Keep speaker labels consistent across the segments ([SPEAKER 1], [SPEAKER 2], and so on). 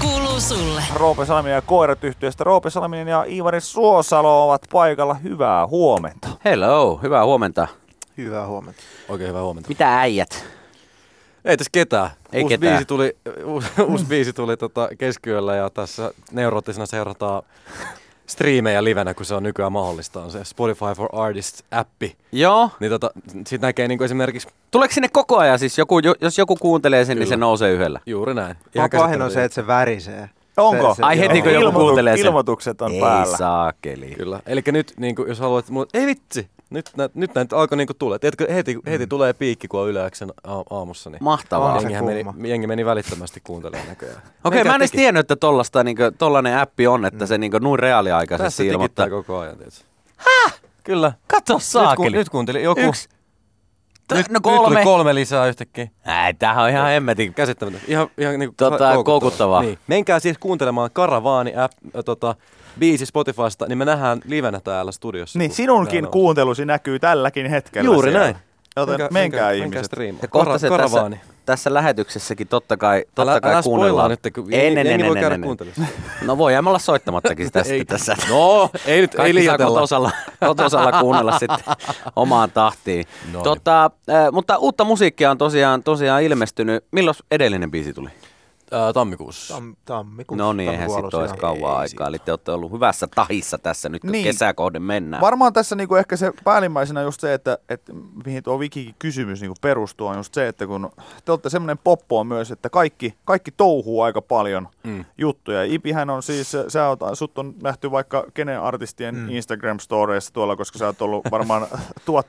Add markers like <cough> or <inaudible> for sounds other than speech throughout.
[SPEAKER 1] kuuluu sulle.
[SPEAKER 2] Roope Salminen ja koirat yhtiöstä. Roope Salminen ja Iivari Suosalo ovat paikalla. Hyvää huomenta.
[SPEAKER 3] Hello, hyvää huomenta.
[SPEAKER 4] Hyvää huomenta.
[SPEAKER 5] Oikein hyvää huomenta.
[SPEAKER 3] Mitä äijät?
[SPEAKER 5] Ei tässä ketään.
[SPEAKER 3] Ei
[SPEAKER 5] uusi,
[SPEAKER 3] ketään.
[SPEAKER 5] Biisi tuli, <laughs> uusi, uusi biisi tuli tota keskiyöllä ja tässä neuroottisena seurataan striimejä livenä, kun se on nykyään mahdollista. On se Spotify for Artists-appi.
[SPEAKER 3] Joo.
[SPEAKER 5] Niin tota, sit näkee niinku esimerkiksi
[SPEAKER 3] Tuleeko sinne koko ajan siis joku, jo- jos joku kuuntelee sen, niin se
[SPEAKER 5] Kyllä.
[SPEAKER 3] nousee yhdellä?
[SPEAKER 5] juuri näin. Ihan
[SPEAKER 4] Vaan pahin on
[SPEAKER 5] käsittämätöntä.
[SPEAKER 4] se, että se värisee.
[SPEAKER 2] Onko?
[SPEAKER 4] Se, se,
[SPEAKER 3] Ai heti,
[SPEAKER 4] joo.
[SPEAKER 3] kun joku
[SPEAKER 2] Ilmoitu-
[SPEAKER 3] kuuntelee sen.
[SPEAKER 2] Ilmoitukset on
[SPEAKER 3] Ei
[SPEAKER 2] päällä.
[SPEAKER 3] saakeli.
[SPEAKER 5] Kyllä. Eli nyt, niin kuin, jos haluat, mut, ei vitsi, nyt, nä, nyt näitä alkoi niin tulla. Tiedätkö,
[SPEAKER 3] Mm.
[SPEAKER 5] heti, heti tulee piikki, kun on yleäksen aamussa. Niin.
[SPEAKER 3] Mahtavaa.
[SPEAKER 4] On se
[SPEAKER 5] Jengihän meni,
[SPEAKER 4] kumma.
[SPEAKER 5] jengi meni välittömästi kuuntelemaan näköjään.
[SPEAKER 3] Okei,
[SPEAKER 5] Menkää
[SPEAKER 3] mä en edes
[SPEAKER 5] teki. Mm.
[SPEAKER 3] tiennyt, että tollasta, niin kuin, tollanen appi on, että se niin kuin, noin
[SPEAKER 5] Tässä
[SPEAKER 3] reaaliaikaisesti ilmoittaa.
[SPEAKER 5] tikittää koko ajan, tiedätkö? Kyllä.
[SPEAKER 3] Kato
[SPEAKER 5] Nyt,
[SPEAKER 3] saakeli.
[SPEAKER 5] kun, nyt kuuntelin joku.
[SPEAKER 3] Yksi. T-
[SPEAKER 5] Nyt,
[SPEAKER 3] no
[SPEAKER 5] Nyt
[SPEAKER 3] kolme.
[SPEAKER 5] tuli kolme lisää yhtäkkiä.
[SPEAKER 3] Ei, tämähän on ihan hemmetin.
[SPEAKER 5] Käsittämätöntä. Ihan, ihan niinku
[SPEAKER 3] Tota, koukuttavaa.
[SPEAKER 5] Niin. Menkää siis kuuntelemaan Karavaani app, äh, tota, biisi Spotifysta, niin me nähdään livenä täällä studiossa.
[SPEAKER 2] Niin,
[SPEAKER 5] kun
[SPEAKER 2] sinunkin
[SPEAKER 5] täällä on.
[SPEAKER 2] kuuntelusi näkyy tälläkin hetkellä
[SPEAKER 5] Juuri
[SPEAKER 2] siellä.
[SPEAKER 5] näin.
[SPEAKER 2] Joten menkää, menkää ihmiset.
[SPEAKER 5] striimaan.
[SPEAKER 3] Ja kohta se
[SPEAKER 5] Kara-
[SPEAKER 3] tässä,
[SPEAKER 5] Karavaani.
[SPEAKER 3] tässä lähetyksessäkin totta kai, totta
[SPEAKER 5] niin- Älä-
[SPEAKER 3] kai
[SPEAKER 5] älä spoilaa
[SPEAKER 3] kuunnellaan.
[SPEAKER 5] nyt, kun
[SPEAKER 3] ei,
[SPEAKER 5] jengi-
[SPEAKER 3] ei, ei,
[SPEAKER 5] jengi voi
[SPEAKER 3] ei,
[SPEAKER 5] käydä
[SPEAKER 3] ei.
[SPEAKER 5] kuuntelemassa.
[SPEAKER 3] No voi jäämällä
[SPEAKER 5] <laughs>
[SPEAKER 3] soittamattakin sitä sitten tässä.
[SPEAKER 5] No, ei nyt,
[SPEAKER 3] Kaikki
[SPEAKER 5] ei
[SPEAKER 3] saa
[SPEAKER 5] liioitella.
[SPEAKER 3] kotosalla, <laughs> kotosalla kuunnella sitten omaan tahtiin.
[SPEAKER 5] Noin.
[SPEAKER 3] Tota, äh, mutta uutta musiikkia on tosiaan, tosiaan ilmestynyt. Milloin edellinen biisi tuli?
[SPEAKER 5] Ää, tammikuussa.
[SPEAKER 4] Tam, tammikuussa.
[SPEAKER 3] No niin, eihän
[SPEAKER 4] tammikuun
[SPEAKER 3] sitten olisi
[SPEAKER 4] alussa,
[SPEAKER 3] kauan aikaa. Eli te olette ollut hyvässä tahissa tässä nyt, kun
[SPEAKER 2] Niin.
[SPEAKER 3] niin. kesäkohden mennään.
[SPEAKER 2] Varmaan tässä niinku ehkä se päällimmäisenä just se, että, että mihin tuo Vikikin kysymys niinku perustuu, on just se, että kun te olette semmoinen poppo myös, että kaikki, kaikki touhuu aika paljon mm. juttuja. Ipihän on siis, sä oot, sut on nähty vaikka kenen artistien mm. Instagram-storeissa tuolla, koska sä oot ollut <laughs> varmaan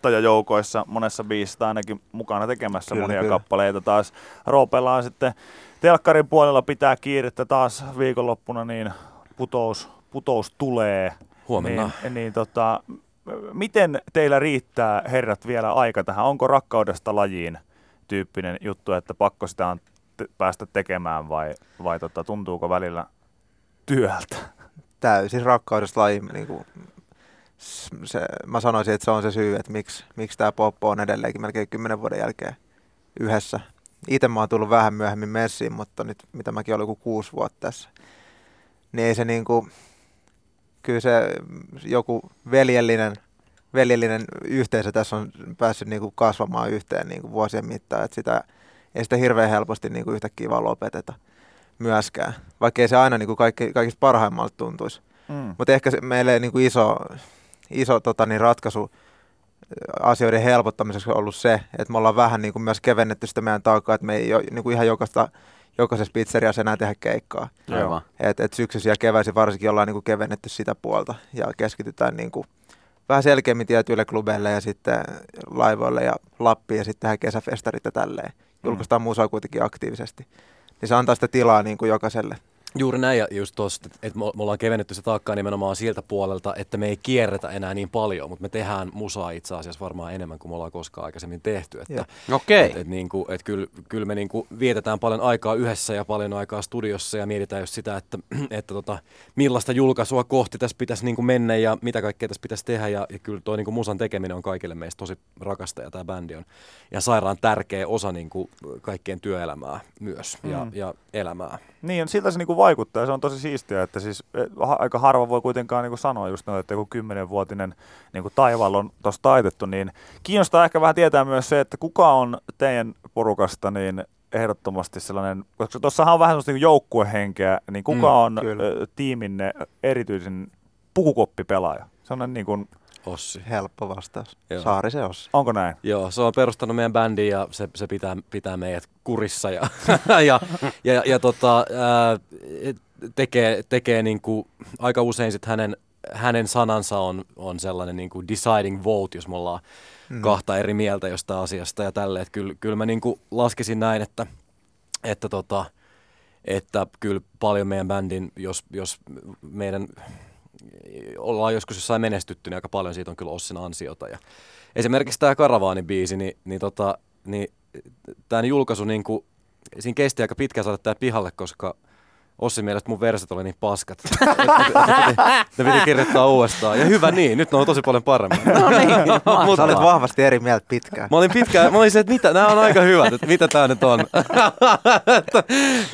[SPEAKER 2] tuottajajoukoissa monessa biisissä tai ainakin mukana tekemässä kyllä,
[SPEAKER 4] Kyllä,
[SPEAKER 2] monia
[SPEAKER 4] kyllä.
[SPEAKER 2] kappaleita taas. Roopella on sitten telkkarin puolella pitää kiirettä taas viikonloppuna, niin putous, putous tulee.
[SPEAKER 5] Huomenna.
[SPEAKER 2] Niin, niin tota, m- miten teillä riittää, herrat, vielä aika tähän? Onko rakkaudesta lajiin tyyppinen juttu, että pakko sitä on t- päästä tekemään vai, vai tota, tuntuuko välillä työltä?
[SPEAKER 4] ei. Täysin rakkaudesta laji. Niin kuin, s- se, mä sanoisin, että se on se syy, että miksi, miksi tämä poppo on edelleenkin melkein kymmenen vuoden jälkeen yhdessä. Itse mä oon tullut vähän myöhemmin messiin, mutta nyt mitä mäkin olen joku kuusi vuotta tässä. Niin ei se niin kuin, kyllä se joku veljellinen, veljellinen yhteisö tässä on päässyt niin kuin kasvamaan yhteen niin kuin vuosien mittaan. Että sitä, ei sitä hirveän helposti niin kuin yhtäkkiä vaan lopeteta myöskään, vaikka ei se aina niin kuin kaikki, kaikista parhaimmalta tuntuisi.
[SPEAKER 2] Mm.
[SPEAKER 4] Mutta ehkä se, meille niin kuin iso, iso tota, niin ratkaisu asioiden helpottamiseksi on ollut se, että me ollaan vähän niin kuin myös kevennetty sitä meidän taakkaa, että me ei jo, niin kuin ihan jokaista, jokaisessa pizzeriassa enää tehdä keikkaa.
[SPEAKER 3] Aivan.
[SPEAKER 4] Et, et syksyisin ja keväisin varsinkin ollaan niinku kevennetty sitä puolta ja keskitytään niinku vähän selkeämmin tietyille klubeille ja sitten laivoille ja Lappiin ja sitten tehdään kesäfestarit ja tälleen. Julkaistaan musaa kuitenkin aktiivisesti. Niin se antaa sitä tilaa niinku jokaiselle.
[SPEAKER 5] Juuri näin, ja just tosta, että me me ollaan kevennetty se taakkaa nimenomaan siltä puolelta, että me ei kierretä enää niin paljon, mutta me tehdään musaa itse asiassa varmaan enemmän kuin me ollaan koskaan aikaisemmin tehty. Että,
[SPEAKER 4] Joo.
[SPEAKER 3] Okei.
[SPEAKER 5] Et, et niinku, et kyllä, kyllä me niinku vietetään paljon aikaa yhdessä ja paljon aikaa studiossa ja mietitään just sitä, että, <clears throat> että tota, millaista julkaisua kohti tässä pitäisi niinku mennä ja mitä kaikkea tässä pitäisi tehdä. Ja, ja kyllä toi niinku musan tekeminen on kaikille meistä tosi rakasta ja tämä bändi on ja sairaan tärkeä osa niinku kaikkien työelämää myös ja,
[SPEAKER 2] Mm.
[SPEAKER 5] ja elämää.
[SPEAKER 2] Niin, siltä se niinku vaikuttaa ja se on tosi siistiä, että siis eh, ha- aika harva voi kuitenkaan niinku sanoa just noin, että joku kymmenenvuotinen niinku taivaalla on tuossa taitettu, niin kiinnostaa ehkä vähän tietää myös se, että kuka on teidän porukasta niin ehdottomasti sellainen, koska tuossahan on vähän semmoista niinku joukkuehenkeä, niin kuka
[SPEAKER 5] Mm,
[SPEAKER 2] mm, on
[SPEAKER 4] kyllä.
[SPEAKER 2] ö, tiiminne erityisen pukukoppipelaaja? Sellainen niin kuin,
[SPEAKER 5] Ossi.
[SPEAKER 4] Helppo vastaus.
[SPEAKER 5] Joo.
[SPEAKER 4] Joo. Saari se on.
[SPEAKER 2] onko näin?
[SPEAKER 5] Joo, se on perustanut meidän bändin ja se, se pitää, pitää meidät kurissa ja, <laughs> ja, ja, ja tota, ää, tekee, tekee niinku, aika usein sit hänen, hänen sanansa on, on sellainen niinku deciding vote, jos me ollaan mm. kahta eri mieltä jostain asiasta ja tälle. Et kyllä, kyllä mä niinku laskisin näin, että, että, tota, että kyllä paljon meidän bändin, jos, jos meidän ollaan joskus jossain menestytty, niin aika paljon siitä on kyllä Ossin ansiota. Ja esimerkiksi tämä Karavaani-biisi, niin, niin, tota, niin tämän julkaisu, niin kuin, siinä kesti aika pitkään saada tämä pihalle, koska Ossi mielestä mun verset oli niin paskat. <laughs> Et- et- et- et- Ne piti kirjoittaa uudestaan. Ja hyvä niin, nyt ne on tosi paljon paremmin.
[SPEAKER 3] No niin,
[SPEAKER 4] Sä olet
[SPEAKER 3] mahtavaa.
[SPEAKER 4] vahvasti eri mieltä pitkään.
[SPEAKER 5] Mä olin pitkään, mä olin se, että mitä, nämä on aika hyvät, että mitä tää nyt on. <laughs> että,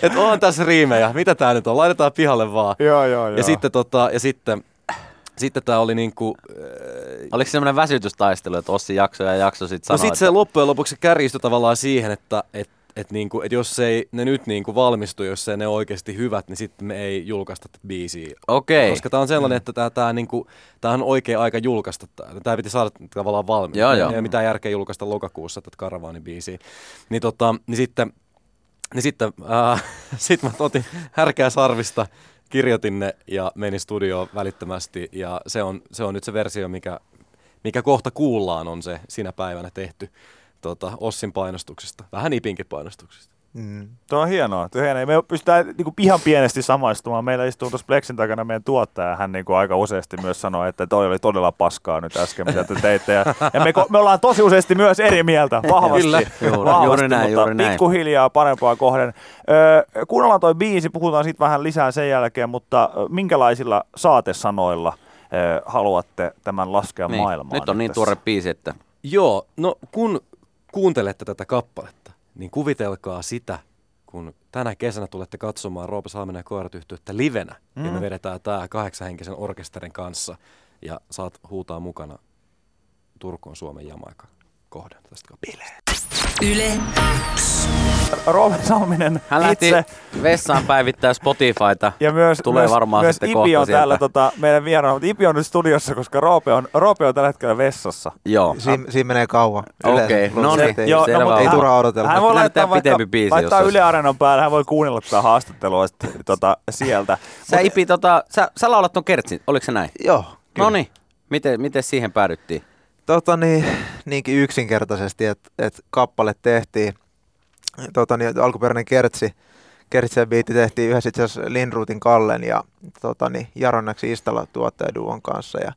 [SPEAKER 5] että on tässä riimejä, mitä tää nyt on, laitetaan pihalle vaan.
[SPEAKER 2] Joo, joo, joo.
[SPEAKER 5] Ja sitten, tota, ja sitten, sitten tää oli niinku,
[SPEAKER 3] Oliko se semmoinen väsytystaistelu, että Ossi jaksoi ja jaksoi sit
[SPEAKER 5] No
[SPEAKER 3] sanoa,
[SPEAKER 5] sit se loppujen lopuksi kärjistyi tavallaan siihen, että et, et niinku, et jos ei ne nyt niinku valmistu, jos ei ne oikeasti hyvät, niin sitten me ei julkaista tätä biisiä.
[SPEAKER 3] Okei.
[SPEAKER 5] Koska tää on sellainen, että tää, tää, niinku, tää on oikea aika julkaista. tää. Tää piti saada tavallaan valmiiksi.
[SPEAKER 3] Joo, joo.
[SPEAKER 5] Ei ole mitään järkeä julkaista lokakuussa tätä Karavaani biisiä. Niin, tota, niin sitten, niin sitten äh, <laughs> sit mä otin härkää sarvista, kirjoitin ne ja menin studioon välittömästi. Ja se on, se on nyt se versio, mikä, mikä kohta kuullaan on se sinä päivänä tehty tota, Ossin painostuksesta. Vähän Ipinkin painostuksesta.
[SPEAKER 4] Mm.
[SPEAKER 2] Tuo on hienoa. Tuo on hienoa. Me pystytään niinku ihan pienesti samaistumaan. Meillä istuu tuossa Plexin takana meidän tuottaja. ja Hän niinku aika useasti myös sanoi, että toi oli todella paskaa nyt äsken, mitä te teitte. Ja, ja me, ko- me, ollaan tosi useasti myös eri mieltä. Vahvasti.
[SPEAKER 5] Kyllä.
[SPEAKER 3] Juuri-
[SPEAKER 2] vahvasti
[SPEAKER 3] juuri näin,
[SPEAKER 2] mutta
[SPEAKER 3] juuri näin.
[SPEAKER 2] Pikkuhiljaa parempaa kohden. Öö, kuunnellaan toi biisi, puhutaan siitä vähän lisää sen jälkeen, mutta ö, minkälaisilla saatesanoilla ö, haluatte tämän laskea
[SPEAKER 3] niin,
[SPEAKER 2] maailmaan?
[SPEAKER 3] nyt on niin
[SPEAKER 2] tässä?
[SPEAKER 3] tuore biisi, että
[SPEAKER 5] Joo, no kun kuuntelette tätä kappaletta, niin kuvitelkaa sitä, kun tänä kesänä tulette katsomaan Roope Salminen ja koirat yhtyettä livenä, mm. ja me vedetään tämä kahdeksanhenkisen orkesterin kanssa, ja saat huutaa mukana Turkuun Suomen Jamaika kohden tästä kappaleesta.
[SPEAKER 1] Yle
[SPEAKER 2] Roope Salminen
[SPEAKER 3] hän lähti
[SPEAKER 2] itse
[SPEAKER 3] vessaan päivittää Spotifyta.
[SPEAKER 2] Ja myös,
[SPEAKER 3] Tulee
[SPEAKER 2] myös,
[SPEAKER 3] varmaan
[SPEAKER 2] myös
[SPEAKER 3] sitten
[SPEAKER 2] Ipi
[SPEAKER 3] kohta
[SPEAKER 2] on
[SPEAKER 3] sieltä.
[SPEAKER 2] täällä tota, meidän vieraana, mutta Ipi on nyt studiossa, koska Roope on, Roope on tällä hetkellä vessassa.
[SPEAKER 3] Joo.
[SPEAKER 4] Siin, siinä menee kauan.
[SPEAKER 3] Okei, no
[SPEAKER 4] Yleensä luultavasti
[SPEAKER 3] niin,
[SPEAKER 4] ei-
[SPEAKER 3] joo,
[SPEAKER 4] ei
[SPEAKER 3] no,
[SPEAKER 4] ei
[SPEAKER 3] mutta-
[SPEAKER 4] turhaa odotella.
[SPEAKER 2] Hän voi
[SPEAKER 3] Pitää
[SPEAKER 2] laittaa,
[SPEAKER 3] pitää
[SPEAKER 2] vaikka,
[SPEAKER 3] pitempi biisi
[SPEAKER 2] laittaa
[SPEAKER 3] jossain.
[SPEAKER 2] Yle Areenan päälle, hän voi kuunnella tätä haastattelua sitten, tota, sieltä.
[SPEAKER 3] Sä Ipi, tota, sä, sä laulat ton kertsin, oliko se näin?
[SPEAKER 4] Joo,
[SPEAKER 3] No niin, miten, miten siihen päädyttiin?
[SPEAKER 4] Tota niin, niinkin yksinkertaisesti, että et kappale tehtiin, tota niin, alkuperäinen kertsi, kertsi ja biitti tehtiin yhdessä itse asiassa Lindruutin Kallen ja tota niin, Jaronnaksi Istala tuottajaduon kanssa ja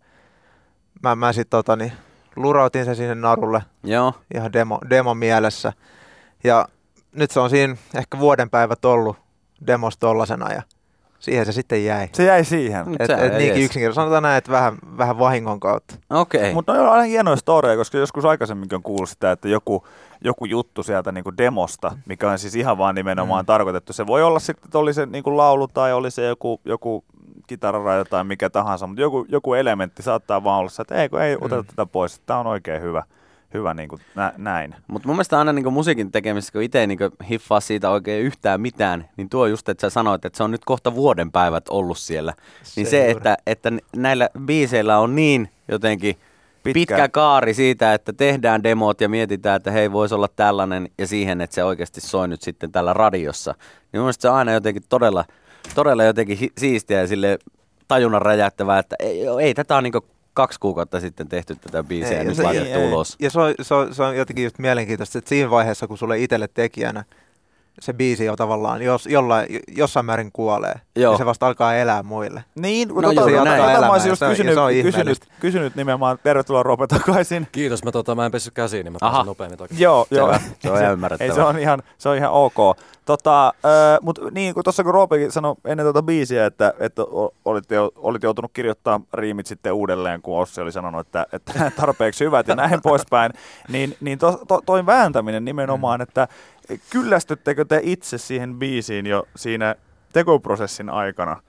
[SPEAKER 4] mä, mä sit tota niin, lurautin sen sinne narulle
[SPEAKER 3] Joo,
[SPEAKER 4] ihan demo, demo mielessä ja nyt se on siinä ehkä vuoden päivät ollut demos tollasena ja siihen se sitten jäi.
[SPEAKER 2] Se jäi siihen.
[SPEAKER 3] Mm.
[SPEAKER 4] Et,
[SPEAKER 3] Se
[SPEAKER 4] et
[SPEAKER 3] ei
[SPEAKER 4] niinkin
[SPEAKER 3] edes.
[SPEAKER 4] yksinkertaisesti, sanotaan näin, että vähän, vähän vahingon kautta.
[SPEAKER 3] okei.
[SPEAKER 4] Niin.
[SPEAKER 3] Okay.
[SPEAKER 2] Mutta ne on aina hienoja storeja, koska joskus aikaisemminkin on kuullut sitä, että joku, joku juttu sieltä niinku demosta, mikä on siis ihan vaan nimenomaan mm. tarkoitettu. Se voi olla sitten, että oli se niinku laulu tai oli se joku, joku kitararaja tai mikä tahansa, mutta joku, joku elementti saattaa vaan olla se, että ei, kun
[SPEAKER 4] Mm.
[SPEAKER 2] ei oteta tätä pois, tämä on oikein hyvä, hyvä niinku nä- näin.
[SPEAKER 3] Mutta mun mielestä aina niinku musiikin tekemisessä, kun itse niinku hiffaa siitä oikein yhtään mitään, niin tuo just, että sä sanoit, että se on nyt kohta vuoden päivät ollut siellä. Niin
[SPEAKER 4] Se
[SPEAKER 3] se,
[SPEAKER 4] juuri.
[SPEAKER 3] että, että näillä biiseillä on niin jotenkin
[SPEAKER 2] Pitkä.
[SPEAKER 3] pitkä. pitkä kaari siitä, että tehdään demot ja mietitään, että hei, voisi olla tällainen, ja siihen, että se oikeasti soi nyt sitten täällä radiossa. Niin mun mielestä se on aina jotenkin todella, todella jotenkin hi- siistiä ja sille tajunnan räjäyttävää, että ei, ei tätä on niinku kaksi kuukautta sitten tehty tätä biisiä ja
[SPEAKER 4] ja
[SPEAKER 3] nyt
[SPEAKER 4] se-
[SPEAKER 3] laitettu
[SPEAKER 2] ei, ei.
[SPEAKER 3] ulos.
[SPEAKER 4] Ja se on, se, on, se on jotenkin just mielenkiintoista, että siinä vaiheessa, kun sulle itselle tekijänä se biisi jo tavallaan jos, jollain, jossain määrin kuolee,
[SPEAKER 3] Joo.
[SPEAKER 4] niin se vasta alkaa elää muille.
[SPEAKER 2] Niin, no,
[SPEAKER 3] No
[SPEAKER 2] tota,
[SPEAKER 3] joo,
[SPEAKER 2] tota,
[SPEAKER 3] näin.
[SPEAKER 2] tota mä
[SPEAKER 4] Elämää,
[SPEAKER 2] olisin just
[SPEAKER 4] se on- ja
[SPEAKER 2] kysynyt,
[SPEAKER 4] se on
[SPEAKER 2] kysynyt,
[SPEAKER 4] ihmeellistä.
[SPEAKER 2] kysynyt nimenomaan, tervetuloa Roope takaisin.
[SPEAKER 5] Kiitos, mä, tota, mä en pessy käsiin, niin mä
[SPEAKER 3] Aha.
[SPEAKER 5] pääsen nopeammin takaisin.
[SPEAKER 2] Joo, joo.
[SPEAKER 3] Selvä. Se on ihan ymmärrettävää.
[SPEAKER 2] <laughs> Ei, se on ihan, se on ihan ok. Tota, mutta niin kuin tuossa kun Roopekin sanoi ennen tuota biisiä, että, että o- olit, jo, olit joutunut kirjoittaa riimit sitten uudelleen, kun Ossi oli sanonut, että, että <laughs> tarpeeksi hyvät ja näin poispäin, niin, niin to, to, toi vääntäminen
[SPEAKER 4] Mm.
[SPEAKER 2] nimenomaan, että kyllästyttekö te itse siihen biisiin jo siinä tekoprosessin aikana,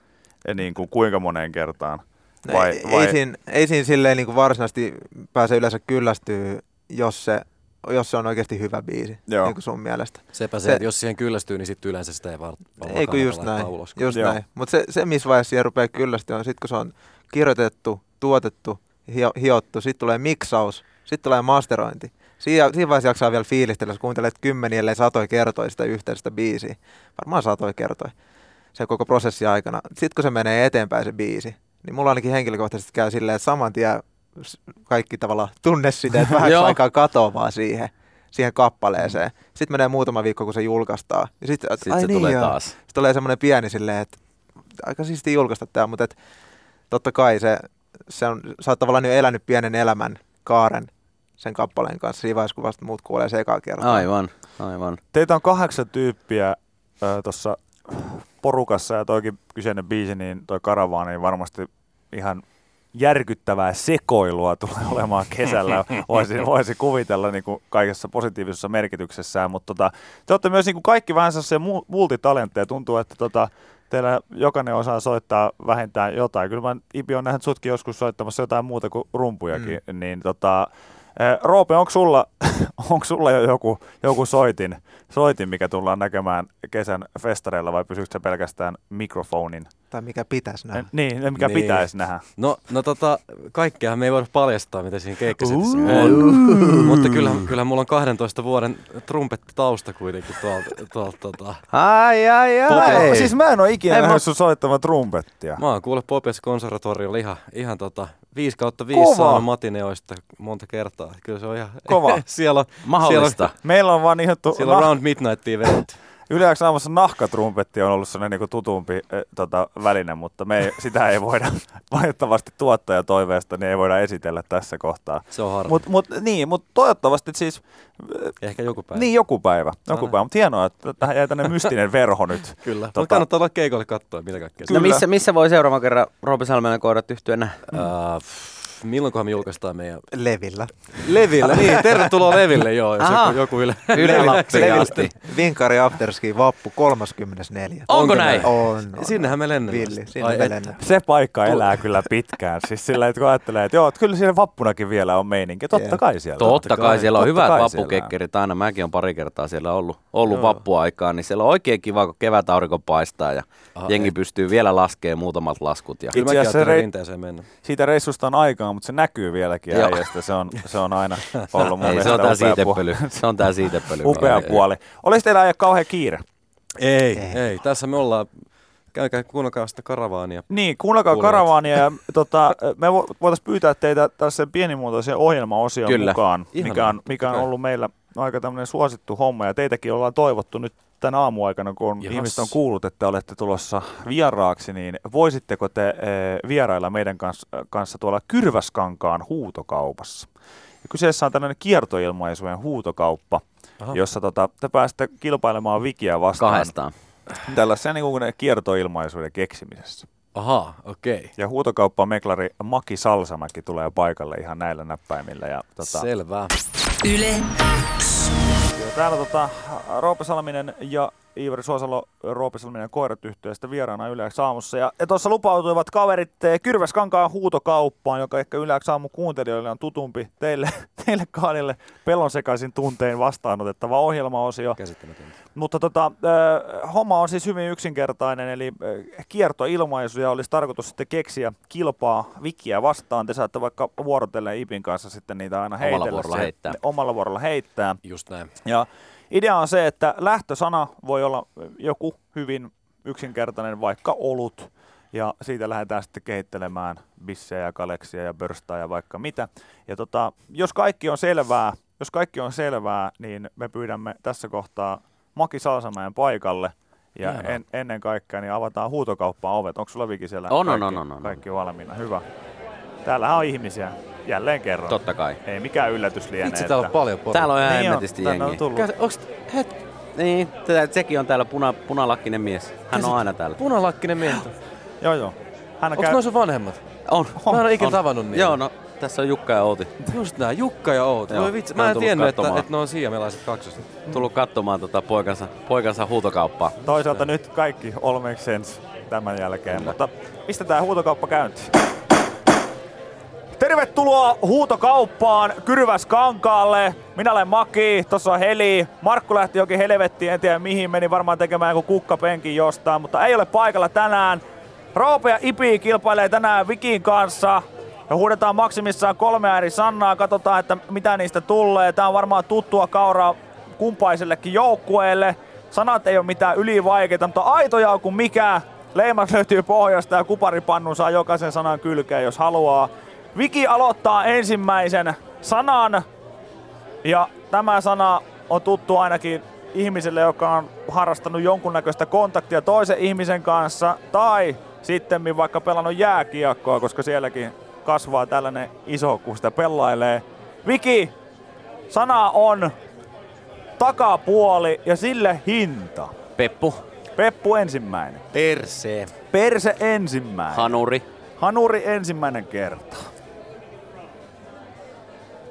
[SPEAKER 2] eh, niin kuin kuinka moneen kertaan?
[SPEAKER 4] No ei, ei, siinä, ei siinä silleen niin kuin varsinaisesti pääse yleensä kyllästyy, jos se, jos se on oikeasti hyvä biisi,
[SPEAKER 2] Joo.
[SPEAKER 4] niin kuin sun mielestä.
[SPEAKER 5] Sepä se,
[SPEAKER 4] Se-
[SPEAKER 5] että jos siihen kyllästyy, niin sitten yleensä sitä ei var- varmaan
[SPEAKER 4] Ei kun
[SPEAKER 5] kannata
[SPEAKER 4] just
[SPEAKER 5] laittaa
[SPEAKER 4] näin,
[SPEAKER 5] ulos.
[SPEAKER 4] just
[SPEAKER 2] Joo.
[SPEAKER 4] näin. Mutta se, se, missä vaiheessa siihen rupeaa kyllästyä, on sitten kun se on kirjoitettu, tuotettu, hio, hiottu, sitten tulee miksaus, sitten tulee masterointi. Siinä, siinä vaiheessa jaksaa vielä fiilistellä, jos kuuntelet kymmeniä, ellei satoi kertoja sitä yhteistä biisiä. Varmaan satoi kertoja se koko prosessi aikana. Sitten kun se menee eteenpäin se biisi, niin mulla ainakin henkilökohtaisesti käy silleen, että saman tien s- kaikki tavallaan tunne
[SPEAKER 3] <laughs>
[SPEAKER 4] sitä, että vähän
[SPEAKER 3] Joo.
[SPEAKER 4] aikaa katoaa vaan siihen, siihen kappaleeseen. Sitten menee muutama viikko, kun se julkaistaan. Ja sitten
[SPEAKER 3] Sitten se tulee taas.
[SPEAKER 4] sitten tulee semmoinen pieni silleen, että aika siisti julkaista tämä, mutta et, totta kai se, se on, sä oot tavallaan jo elänyt pienen elämän kaaren sen kappaleen kanssa siinä vaiheessa, kun vasta muut kuulee se ekaa kertaa.
[SPEAKER 3] Aivan, aivan.
[SPEAKER 2] Teitä on kahdeksan tyyppiä äh, tuossa porukassa ja toikin kyseinen biisi, niin toi Karavaan, niin varmasti ihan järkyttävää sekoilua tulee <laughs> olemaan kesällä, voisi, voisi kuvitella niin kuin kaikessa positiivisessa merkityksessään, mutta tota, te olette myös niin kuin kaikki vähän se multitalentteja, tuntuu, että tota, teillä jokainen osaa soittaa vähintään jotain. Kyllä mä Ipi on nähnyt sutkin joskus soittamassa jotain muuta kuin rumpujakin, mm. niin tota, Roope, onko sulla, <laughs> onko sulla jo joku, joku soitin, soitin, mikä tullaan näkemään kesän festareilla vai pysyykö se pelkästään mikrofonin?
[SPEAKER 4] Tai mikä pitäisi
[SPEAKER 5] Äh.
[SPEAKER 4] nähdä.
[SPEAKER 2] Niin, mikä niin. pitäisi nähdä.
[SPEAKER 5] No, no tota, kaikkeahan me ei voida paljastaa, mitä siinä keikkasetissa on. Mutta kyllähän, kyllähän mulla on 12 vuoden trumpettitausta kuitenkin tuolta. tuolta tota.
[SPEAKER 3] Ai, ai, ai. No
[SPEAKER 2] Pop- siis mä en ole ikinä nähnyt mä... sun soittamaan trumpettia.
[SPEAKER 5] Mä oon kuule Popes konservatoriolla ihan, ihan tota, 5 kautta 5 saanut matineoista monta kertaa. Kyllä se on ihan...
[SPEAKER 2] Kova.
[SPEAKER 5] <laughs> siellä on,
[SPEAKER 3] Mahdollista.
[SPEAKER 5] Siellä on,
[SPEAKER 2] Meillä on vaan ihan... Tu-
[SPEAKER 5] siellä on nah- Round Midnightia vedetty.
[SPEAKER 2] Yleensä saamassa nahkatrumpetti on ollut sellainen niin tutumpi äh, tota, väline, mutta
[SPEAKER 5] <laughs>
[SPEAKER 2] me ei, sitä ei voida valitettavasti tuottajatoiveesta, niin ei voida esitellä tässä kohtaa.
[SPEAKER 5] Se on harmi.
[SPEAKER 2] Mut, mut, niin, mutta toivottavasti siis...
[SPEAKER 5] Ehkä joku päivä.
[SPEAKER 2] Niin, joku päivä. Joku päivä. Mutta hienoa, että tähän jäi tänne mystinen verho
[SPEAKER 3] <laughs>
[SPEAKER 2] nyt.
[SPEAKER 5] Kyllä. Tota... Mutta kannattaa olla keikolle katsoa, mitä kaikkea.
[SPEAKER 3] No missä, missä voi seuraavan kerran Roope Salminen kohdat yhtyenä?
[SPEAKER 5] Mm. Uh, milloinkohan me julkaistaan meidän...
[SPEAKER 4] Levillä.
[SPEAKER 5] Levillä, niin. Tervetuloa Leville, joo, jos Aha. joku, joku yle...
[SPEAKER 3] Yle Lappiin asti.
[SPEAKER 4] Vinkari Afterski Vappu 34.
[SPEAKER 5] Onko, Onko näin? näin?
[SPEAKER 4] On, on.
[SPEAKER 5] Sinnehän me lennämme.
[SPEAKER 4] Villi, sinne Ai, me lennämme.
[SPEAKER 2] Se paikka elää kyllä pitkään. Siis sillä että kun ajattelee, että joo, että kyllä siellä vappunakin vielä on meininki. Totta yeah. kai siellä.
[SPEAKER 3] Totta kai, siellä on totta hyvät vappukekkerit. Aina mäkin on pari kertaa siellä ollut, ollut joo. vappuaikaa, niin siellä on oikein kiva, kun kevät aurinko paistaa ja Aha, jengi ei. pystyy vielä laskemaan muutamat laskut. Ja...
[SPEAKER 5] Kyllä mäkin se rinteeseen mennä.
[SPEAKER 2] Siitä reissusta on aikaa, mutta se näkyy vieläkin
[SPEAKER 3] Joo.
[SPEAKER 2] äijästä. Se on, se on
[SPEAKER 3] <laughs>
[SPEAKER 2] aina ollut mun
[SPEAKER 3] Ei, se on tää siitepöly. Se on tää siitepöly.
[SPEAKER 2] upea puoli. Olis teillä äijä kauhean kiire?
[SPEAKER 5] Ei, ei, ei. Tässä me ollaan käykää, kuunnelkaa sitä karavaania.
[SPEAKER 2] Niin, kuunnelkaa Kuulevat. karavaania ja <laughs> tota, me voitaisiin pyytää teitä tällaisen pienimuotoisen ohjelmaosion Kyllä. mukaan, Ihana. mikä on, mikä on ollut meillä aika tämmöinen suosittu homma ja teitäkin ollaan toivottu nyt tämän aamuaikana, kun Jahas. ihmiset on kuullut, että olette tulossa vieraaksi, niin voisitteko te e, vierailla meidän kanssa, kanssa tuolla Kyrväskankaan huutokaupassa? Ja kyseessä on tällainen kiertoilmaisujen huutokauppa, Aha. jossa tota, te pääsette kilpailemaan Wikiä vastaan.
[SPEAKER 3] Kahdestaan.
[SPEAKER 2] Tällaisessa niin kuin kiertoilmaisuuden keksimisessä.
[SPEAKER 5] Aha, okei. Okay.
[SPEAKER 2] Ja huutokauppa meklari Maki Salsamäki tulee paikalle ihan näillä näppäimillä. Ja,
[SPEAKER 5] tota... Selvä.
[SPEAKER 1] Yle
[SPEAKER 2] ja täällä tota, Roope Salminen ja Iivari Suosalo Roope Salminen koirat yhteydestä vieraana Yleäksi aamussa. Ja, ja tuossa lupautuivat kaverit eh, Kyrväskankaan huutokauppaan, joka ehkä Yleäksi aamu kuuntelijoille on tutumpi teille, <laughs> teille kaanille pelonsekaisin tuntein vastaanotettava ohjelmaosio.
[SPEAKER 5] Käsittämätöntä.
[SPEAKER 2] Mutta tota, äh, homma on siis hyvin yksinkertainen, eli äh, kiertoilmaisuja olisi tarkoitus sitten keksiä kilpaa vikiä vastaan. Te saatte vaikka vuorotellen Ipin kanssa sitten niitä aina
[SPEAKER 3] omalla
[SPEAKER 2] heitellä.
[SPEAKER 3] Vuorolla
[SPEAKER 2] se,
[SPEAKER 3] heittää.
[SPEAKER 2] Omalla vuorolla heittää.
[SPEAKER 5] Just näin.
[SPEAKER 2] Ja idea on se, että lähtösana voi olla joku hyvin yksinkertainen, vaikka olut, ja siitä lähdetään sitten kehittelemään bissejä ja kaleksia ja börstaa ja vaikka mitä. Ja tota, jos kaikki on selvää, jos kaikki on selvää, niin me pyydämme tässä kohtaa Maki Salsamäen paikalle. Ja Jäävä. en, ennen kaikkea niin avataan huutokauppaan ovet. Onko sulla Viki siellä
[SPEAKER 3] on,
[SPEAKER 2] kaikki,
[SPEAKER 3] on, on, on,
[SPEAKER 2] kaikki valmiina? Hyvä. Täällähän on ihmisiä. Jälleen kerran.
[SPEAKER 3] Totta kai.
[SPEAKER 2] Ei mikään yllätys liene.
[SPEAKER 5] Itse täällä on paljon porukkaa.
[SPEAKER 3] Täällä on ihan
[SPEAKER 2] Niin on,
[SPEAKER 3] hemmetisti
[SPEAKER 2] tänne on
[SPEAKER 3] jengiä.
[SPEAKER 2] tullut.
[SPEAKER 3] Kä- Onks, het, niin, tätä, sekin on täällä puna, punalakkinen mies. Hän on aina täällä.
[SPEAKER 5] Punalakkinen mies.
[SPEAKER 2] Joo, joo. Hän
[SPEAKER 5] Onko
[SPEAKER 2] käy...
[SPEAKER 5] noin sun vanhemmat?
[SPEAKER 3] On.
[SPEAKER 5] Mä en ole
[SPEAKER 3] on.
[SPEAKER 5] ikinä tavannut niitä.
[SPEAKER 3] Joo, no tässä on Jukka ja Outi.
[SPEAKER 5] Just nää, Jukka ja Outi.
[SPEAKER 3] Joo,
[SPEAKER 5] Voi vitsi,
[SPEAKER 3] ne
[SPEAKER 5] mä
[SPEAKER 3] on
[SPEAKER 5] en
[SPEAKER 3] tullut
[SPEAKER 5] tiennyt, että,
[SPEAKER 3] katsomaan.
[SPEAKER 5] että ne on siiamelaiset kaksoset.
[SPEAKER 3] Tullut katsomaan tota poikansa, poikansa huutokauppaa.
[SPEAKER 2] Toisaalta nyt kaikki all makes sense tämän jälkeen, mutta pistetään huutokauppa käyntiin. Tervetuloa huutokauppaan Kyrväskankaalle. Minä olen Maki, tuossa on Heli. Markku lähti jokin helvettiin, en tiedä mihin meni, varmaan tekemään joku kukkapenkin jostain, mutta ei ole paikalla tänään. Roope ja Ipi kilpailee tänään Vikin kanssa. Ja huudetaan maksimissaan kolme eri sannaa, katsotaan, että mitä niistä tulee. Tää on varmaan tuttua kauraa kumpaisellekin joukkueelle. Sanat ei ole mitään ylivaikeita, mutta aitoja on kuin mikä. Leimat löytyy pohjasta ja kuparipannun saa jokaisen sanan kylkeen, jos haluaa. Viki aloittaa ensimmäisen sanan. Ja tämä sana on tuttu ainakin ihmiselle, joka on harrastanut jonkunnäköistä kontaktia toisen ihmisen kanssa. Tai sitten vaikka pelannut jääkiekkoa, koska sielläkin kasvaa tällainen iso, kun sitä pelailee. Viki, sana on takapuoli ja sille hinta.
[SPEAKER 3] Peppu.
[SPEAKER 2] Peppu ensimmäinen.
[SPEAKER 3] Perse.
[SPEAKER 2] Perse ensimmäinen.
[SPEAKER 3] Hanuri.
[SPEAKER 2] Hanuri ensimmäinen kerta.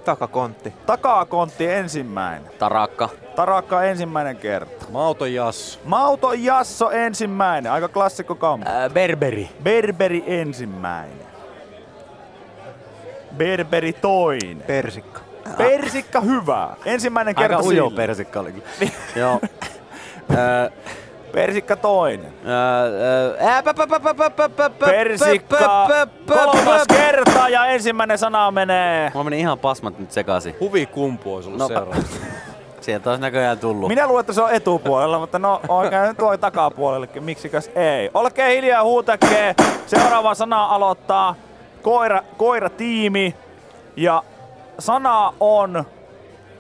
[SPEAKER 4] Takakontti.
[SPEAKER 2] Takakontti ensimmäinen.
[SPEAKER 3] Tarakka.
[SPEAKER 2] Tarakka ensimmäinen kerta.
[SPEAKER 5] Mauton jas.
[SPEAKER 2] Mauto Jasso ensimmäinen. Aika klassikko kampo.
[SPEAKER 3] Ää, berberi.
[SPEAKER 2] Berberi ensimmäinen. Berberi toinen.
[SPEAKER 4] Persikka.
[SPEAKER 2] Persikka hyvä. Ensimmäinen kerta
[SPEAKER 3] Aika ujo
[SPEAKER 2] sille.
[SPEAKER 3] persikka
[SPEAKER 2] <laughs>
[SPEAKER 3] oli kyllä. Joo. Ää,
[SPEAKER 2] Persikka toinen.
[SPEAKER 3] Äh, ää, ää, pä, pä, pä, pä, pä, pä, pä, pä,
[SPEAKER 2] Persikka
[SPEAKER 3] pä, pä, pä,
[SPEAKER 2] kolmas
[SPEAKER 3] pä.
[SPEAKER 2] kerta ja ensimmäinen sana menee.
[SPEAKER 3] Mulla meni ihan pasmat nyt sekaisin.
[SPEAKER 5] Huvi kumpu olisi ollut
[SPEAKER 3] No.
[SPEAKER 5] no. seuraava.
[SPEAKER 3] <laughs> Sieltä olisi näköjään tullut.
[SPEAKER 2] Minä luulen, että se on etupuolella, mutta no oikein nyt voi takapuolellekin, miksikäs ei. Olkee hiljaa huutakee. Seuraava sana aloittaa koira, koiratiimi. Ja sana on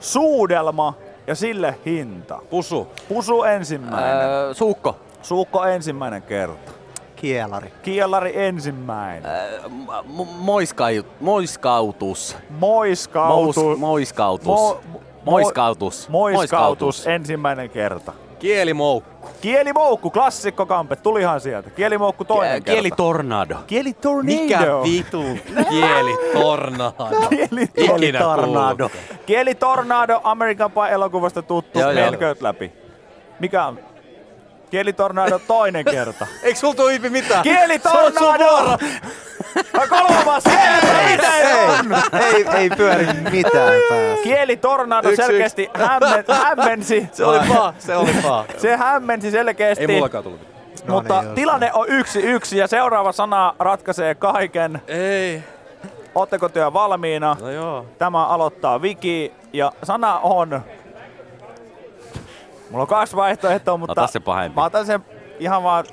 [SPEAKER 2] suudelma ja sille hinta.
[SPEAKER 5] Pusu.
[SPEAKER 2] Pusu ensimmäinen.
[SPEAKER 3] Ää,
[SPEAKER 5] Äh,
[SPEAKER 3] suukko.
[SPEAKER 2] Suukko ensimmäinen kerta.
[SPEAKER 4] Kielari.
[SPEAKER 2] Kielari ensimmäinen.
[SPEAKER 3] Ää, mo- moiskaiu- Moiskautus.
[SPEAKER 2] Moiskautus.
[SPEAKER 3] Mous- Moiskautus.
[SPEAKER 2] Mo- mo-
[SPEAKER 3] Moiskautus.
[SPEAKER 2] Moiskautus ensimmäinen kerta.
[SPEAKER 5] Kielimoukku.
[SPEAKER 2] Kielimoukku, klassikko kampe, tulihan sieltä. Kielimoukku toinen
[SPEAKER 3] Ää, Kielitornado.
[SPEAKER 2] kerta. Kielitornado.
[SPEAKER 4] Niin
[SPEAKER 5] Mikä vitu
[SPEAKER 4] <laughs>
[SPEAKER 5] kielitornado.
[SPEAKER 2] Kielitornado.
[SPEAKER 5] Ikinä
[SPEAKER 3] Tornado.
[SPEAKER 5] kuullut.
[SPEAKER 2] Kielitornado, Amerikan Pie elokuvasta tuttu,
[SPEAKER 3] Joo, joo.
[SPEAKER 2] melköt läpi. Mikä on?
[SPEAKER 5] <laughs>
[SPEAKER 2] Kielitornado toinen kerta.
[SPEAKER 5] Eikö sul tuu Iipi mitään? Se on sun
[SPEAKER 2] Kielitornado!
[SPEAKER 5] vuoro.
[SPEAKER 2] Ja
[SPEAKER 5] <laughs>
[SPEAKER 2] kolmas! Hei, mitä se on?
[SPEAKER 4] ei, ei pyöri mitään päässä.
[SPEAKER 2] Kielitornado
[SPEAKER 5] Yksi,
[SPEAKER 2] selkeästi hämmen, hämmensi.
[SPEAKER 5] Se oli paha, se oli Niin. paha.
[SPEAKER 2] Se hämmensi selkeästi.
[SPEAKER 5] Ei mullakaan tullut mitään.
[SPEAKER 4] No
[SPEAKER 2] Mutta
[SPEAKER 4] niin, just
[SPEAKER 2] tilanne on yksi yksi ja seuraava sana ratkaisee kaiken.
[SPEAKER 5] Ei.
[SPEAKER 2] Ootteko työ valmiina?
[SPEAKER 5] No joo.
[SPEAKER 2] Tämä aloittaa Viki ja sana on... Mulla on kaksi vaihtoehtoa, mutta
[SPEAKER 3] Ota se pahempi.
[SPEAKER 2] mä otan sen ihan vaan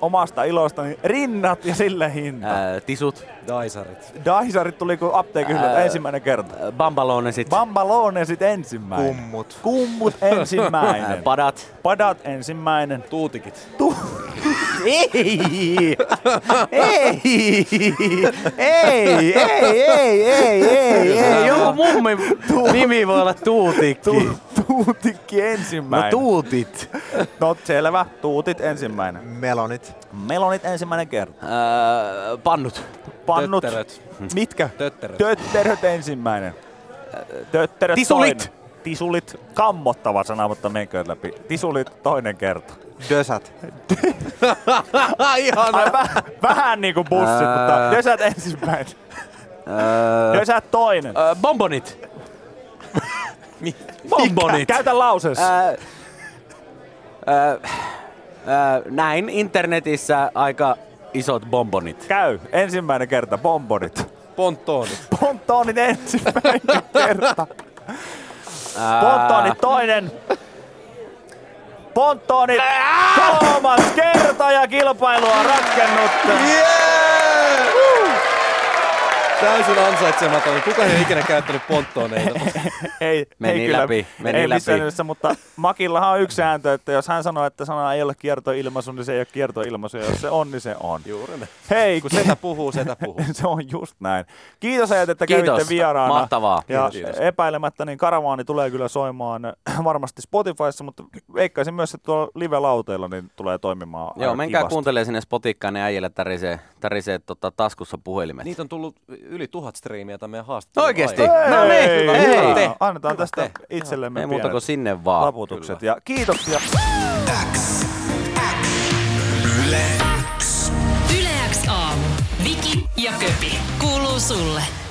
[SPEAKER 2] omasta ilostani. Rinnat ja sille hinta.
[SPEAKER 3] Ää, Äh, tisut.
[SPEAKER 5] Daisarit.
[SPEAKER 2] Daisarit tuli kuin apteekin hyllyltä
[SPEAKER 3] Ää.
[SPEAKER 2] ensimmäinen kerta.
[SPEAKER 3] Ää, Äh, Bambalonesit.
[SPEAKER 2] Bambalone sit ensimmäinen.
[SPEAKER 4] Kummut.
[SPEAKER 2] Kummut ensimmäinen.
[SPEAKER 3] Ää, Äh, Padat.
[SPEAKER 2] Padat ensimmäinen.
[SPEAKER 5] Tuutikit.
[SPEAKER 2] Tu-
[SPEAKER 3] Ei! Ei! Ei! Ei! Ei! Ei! Ei! Ei! Äh, Joku mummin <laughs> nimi voi olla Tuutikki.
[SPEAKER 2] tu- <laughs> tuutikki ensimmäinen.
[SPEAKER 3] No tuutit.
[SPEAKER 2] No selvä, tuutit ensimmäinen.
[SPEAKER 4] Melonit.
[SPEAKER 2] Melonit ensimmäinen kerta.
[SPEAKER 3] Ää, Äh, pannut.
[SPEAKER 2] Pannut.
[SPEAKER 5] Tötteröt.
[SPEAKER 2] Mitkä?
[SPEAKER 5] Tötteröt.
[SPEAKER 2] Tötteröt ensimmäinen. Tötteröt
[SPEAKER 3] Tisulit.
[SPEAKER 2] Toinen. Tisulit. Kammottava sana, mutta menkö läpi. Tisulit toinen kerta.
[SPEAKER 4] Dösät.
[SPEAKER 3] Ah,
[SPEAKER 2] Ai, väh, vähän niinku bussit,
[SPEAKER 3] Ää.
[SPEAKER 2] mutta Dösät ensimmäinen. Dösät toinen.
[SPEAKER 3] Ää, Äh, bombonit. Bombonit.
[SPEAKER 2] Käytä lauseessa.
[SPEAKER 3] Ää, ää, ää, Äh, näin internetissä aika isot bombonit.
[SPEAKER 2] Käy. Ensimmäinen kerta. Bombonit.
[SPEAKER 5] Pontoonit.
[SPEAKER 2] Pontoonit
[SPEAKER 3] <laughs>
[SPEAKER 2] ensimmäinen kerta. Pontoonit toinen. Pontoonit kolmas kerta ja kilpailu on ratkennut.
[SPEAKER 5] Yeah! Täysin ansaitsematon. Kuka ei ole ikinä käyttänyt ponttooneita?
[SPEAKER 2] Ei,
[SPEAKER 3] Meni
[SPEAKER 2] ei kyllä,
[SPEAKER 3] läpi, meni
[SPEAKER 2] ei missään
[SPEAKER 3] läpi.
[SPEAKER 2] nimessä, mutta Makillahan on yksi sääntö, että jos hän sanoo, että sana ei ole kiertoilmaisu, niin se ei ole kiertoilmaisu, ja jos se on, niin se on.
[SPEAKER 5] <laughs> Juuri ne.
[SPEAKER 2] Hei,
[SPEAKER 5] Kun setä puhuu, setä puhuu.
[SPEAKER 2] <laughs> se on just näin. Kiitos ajat, että
[SPEAKER 3] Kiitos.
[SPEAKER 2] kävitte vieraana.
[SPEAKER 3] Mahtavaa.
[SPEAKER 2] Ja
[SPEAKER 5] Kiitos.
[SPEAKER 2] epäilemättä niin karavaani tulee kyllä soimaan äh, varmasti Spotifyssa, mutta veikkaisin myös, että tuolla live-lauteilla niin tulee toimimaan
[SPEAKER 3] Joo,
[SPEAKER 2] aika
[SPEAKER 3] menkää
[SPEAKER 2] kivasti.
[SPEAKER 3] kuuntelemaan sinne spotikkaan, ne äijille tärisee, tärisee tota, taskussa puhelimet.
[SPEAKER 5] Niitä on tullut yli tuhat striimiä tämän meidän haastattelun
[SPEAKER 3] Oikeesti?
[SPEAKER 5] aikana.
[SPEAKER 3] No niin,
[SPEAKER 2] Hei,
[SPEAKER 3] hyvä,
[SPEAKER 2] hei.
[SPEAKER 3] hyvä.
[SPEAKER 5] te.
[SPEAKER 2] Annetaan
[SPEAKER 5] Hyvä
[SPEAKER 2] tästä
[SPEAKER 5] te.
[SPEAKER 2] itsellemme
[SPEAKER 3] Ei muuta
[SPEAKER 2] pienet
[SPEAKER 3] kuin sinne vaan.
[SPEAKER 2] laputukset. Ja kiitoksia.
[SPEAKER 1] Yle X aamu. Viki ja Köpi. Kuuluu sulle.